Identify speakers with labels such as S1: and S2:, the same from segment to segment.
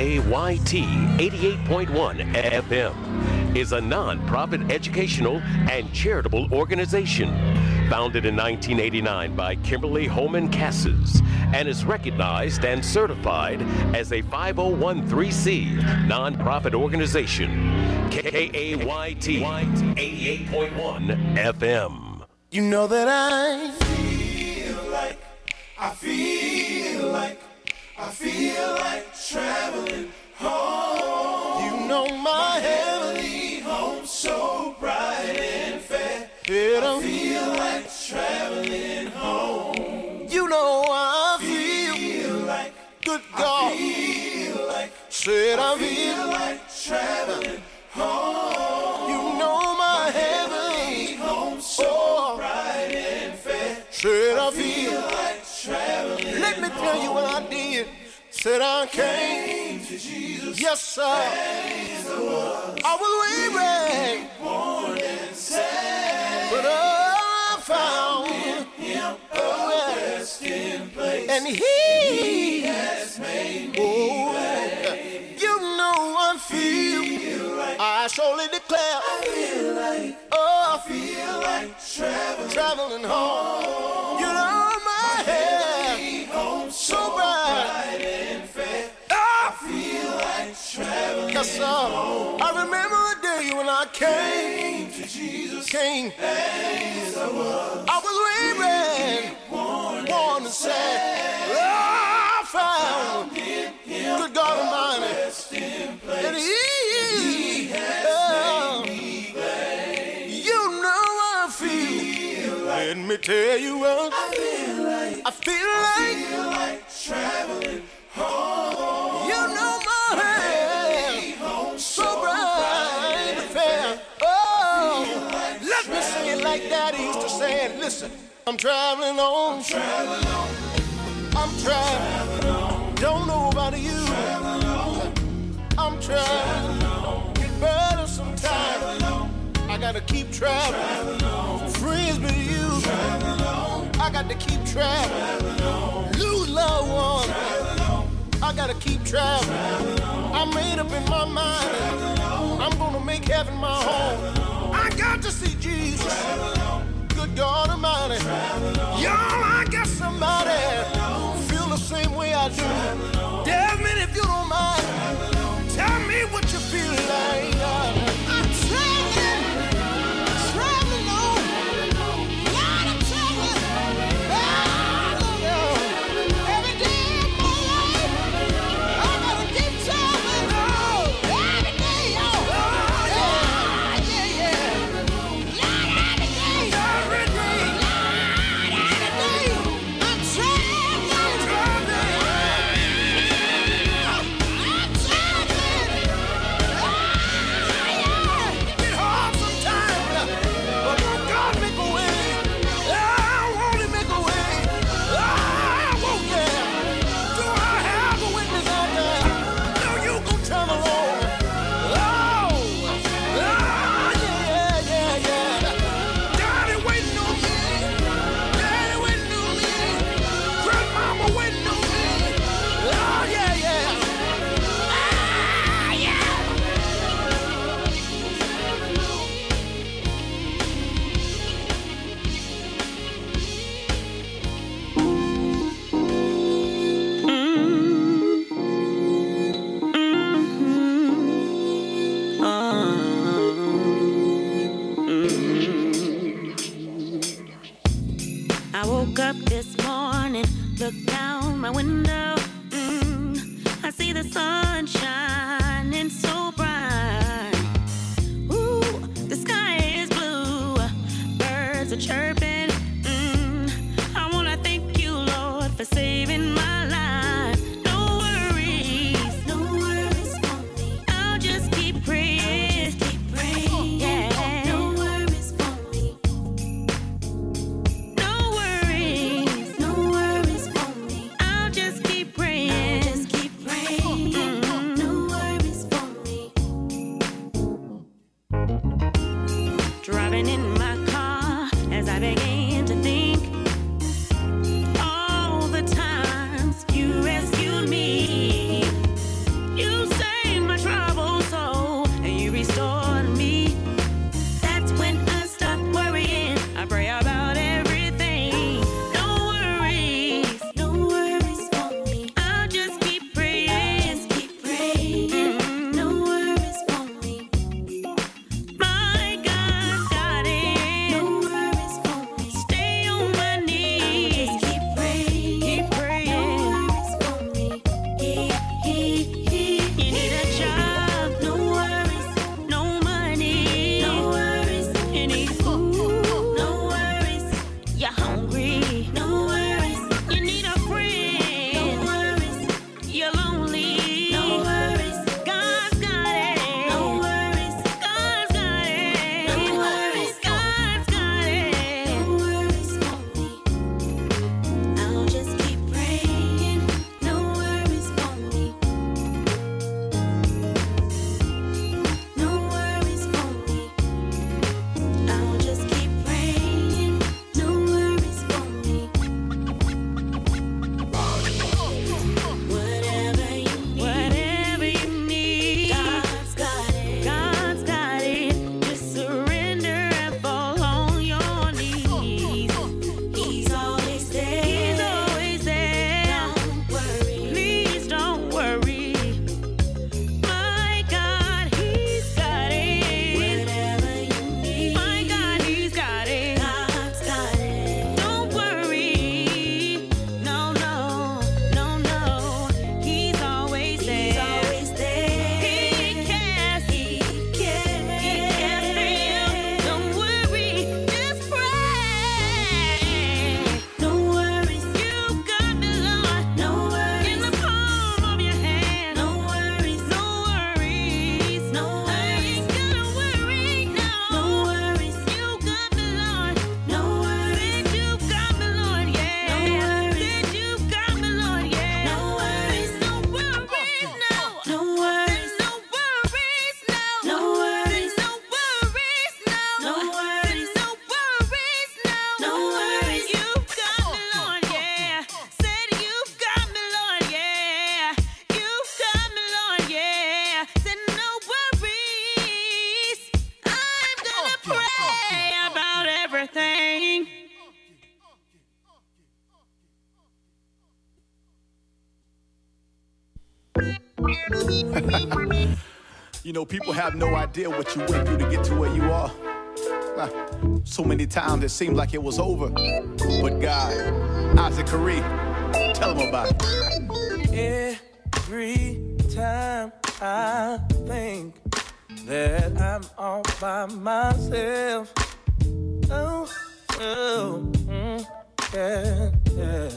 S1: KYT 88.1 FM is a nonprofit educational and charitable organization founded in 1989 by Kimberly Holman Cassis and is recognized and certified as a 5013C nonprofit organization. KAYT 88.1 FM.
S2: You know that I
S3: feel like, I feel like, I feel like traveling home.
S2: You know my,
S3: heavenly home so bright and fair.
S2: it
S3: I feel like traveling home.
S2: you know I feel
S3: Feel like,
S2: good God
S3: feel like,
S2: said I feel
S3: feel like traveling home.
S2: you know my heavenly
S3: Heavenly home so
S2: oh
S3: bright and fair.
S2: said I feel
S3: Feel like traveling.
S2: let me tell you what I did said I came
S3: Came to Jesus,
S2: yes sir I was weary
S3: born and saved.
S2: but I found
S3: Him a resting place.
S2: and he has made oh you know I feel
S3: Feel like.
S2: I surely declare
S3: feel like,
S2: oh
S3: feel like traveling
S2: traveling home. You know my head
S3: home
S2: so bright.
S3: bright and fair.
S2: Ah,
S3: Feel like traveling
S2: yes, sir. I remember the day when I came,
S3: to Jesus.
S2: came. I was weary, worn and sad. Ah, I found good God Almighty, and He, yeah. you know I feel. Let me tell you what
S3: Feel like,
S2: I feel like.
S3: feel like traveling home.
S2: You know my hand,
S3: Home
S2: so bright and fair. Oh, let me sing it like that. He used to say it. Listen, I'm traveling on,
S3: traveling on,
S2: I'm traveling.
S3: traveling on,
S2: Don't know about you,
S3: traveling on,
S2: I'm traveling.
S3: traveling on,
S2: Get better sometime.
S3: traveling on,
S2: I gotta keep traveling.
S3: traveling on,
S2: Friends with you,
S3: traveling on,
S2: I gotta keep traveling.
S3: traveling on,
S2: Lose loved ones,
S3: traveling on,
S2: I gotta keep traveling.
S3: traveling on,
S2: I made up in my mind,
S3: traveling on,
S2: I'm gonna make heaven my home. I got to see Jesus.
S3: traveling on,
S2: Good God Almighty,
S3: traveling on.
S2: y'all, I got somebody feel the same way I do. Desmond, if you don't mind, tell me what you feel like. I'm traveling, traveling on, lot of traveling. Ah, Lord, every day of my life, I gotta keep traveling. Every day, y'all. Ah, yeah, yeah. Lot every day. Every day. Lot every day. I'm Oh, ah, Daddy waiting on me. Daddy waiting on me. Grandmama waiting on me. Oh yeah, yeah. Ah, yeah.
S4: Mm-hmm. I woke up this morning, looked down my window. Mm, I see the sun shining so bright. Ooh, the sky is blue, birds are chirping. Mm, I wanna thank you, Lord, for saving my life. No worries, no worries for me. I'll just keep praying, keep praying. Yeah, no worries for me. No worries, no worries for me. I'll just Mm. keep praying, just keep praying. No worries for me. Mm-hmm.
S5: You know, people have no idea what you went through to get to where you are. Ah, So many times it seemed like it was over. But God, Isaac Kareem, tell them about it.
S2: Every time I think that I'm all by myself, oh, oh, mm, yeah, yeah.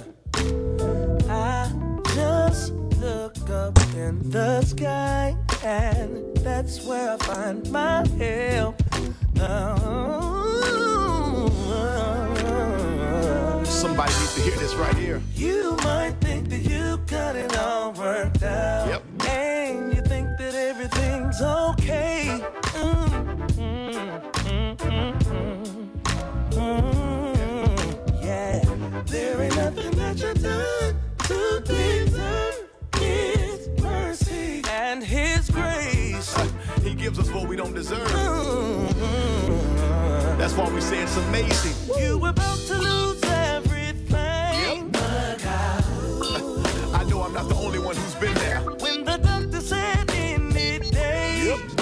S2: I just look up in the sky, and that's where I find my help. Oh,
S5: Somebody needs to hear this right here.
S2: you might think that you got it all worked out.
S5: Yep.
S2: And you think that everything's okay. Mm, mm, mm, mm, mm, mm, yeah. There ain't nothing that you've done to deserve His mercy and His grace.
S5: He gives us what we don't deserve.
S2: Mm.
S5: That's why we say it's amazing.
S2: You were about to lose everything.
S5: I know I'm not the only one who's been there.
S2: When the doctor said any day,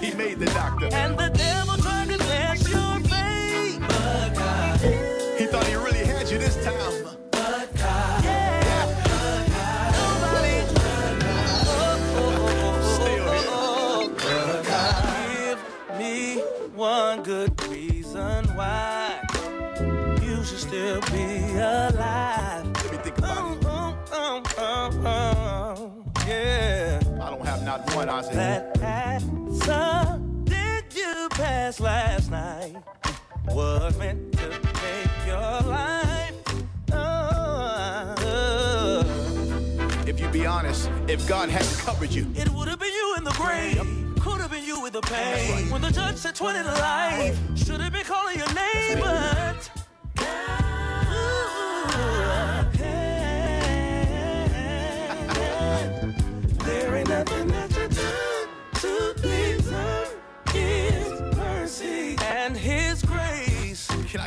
S5: He made the doctor.
S2: and the devil tried to bless your faith.
S5: He thought he really had you this time.
S2: Yeah, nobody
S5: Still here.
S2: give me one good reason why you should still be alive.
S5: Let me think about
S2: Oh,
S5: it.
S2: oh, oh, oh, oh, yeah.
S5: I don't have not one, Isaac.
S2: That answer did you pass last night was meant to make your life. Oh,
S5: If you be honest, if God hadn't covered you,
S2: it would have been you in the grave. Could have been you with the pain. When the judge said 20 to life, should have been calling your name, but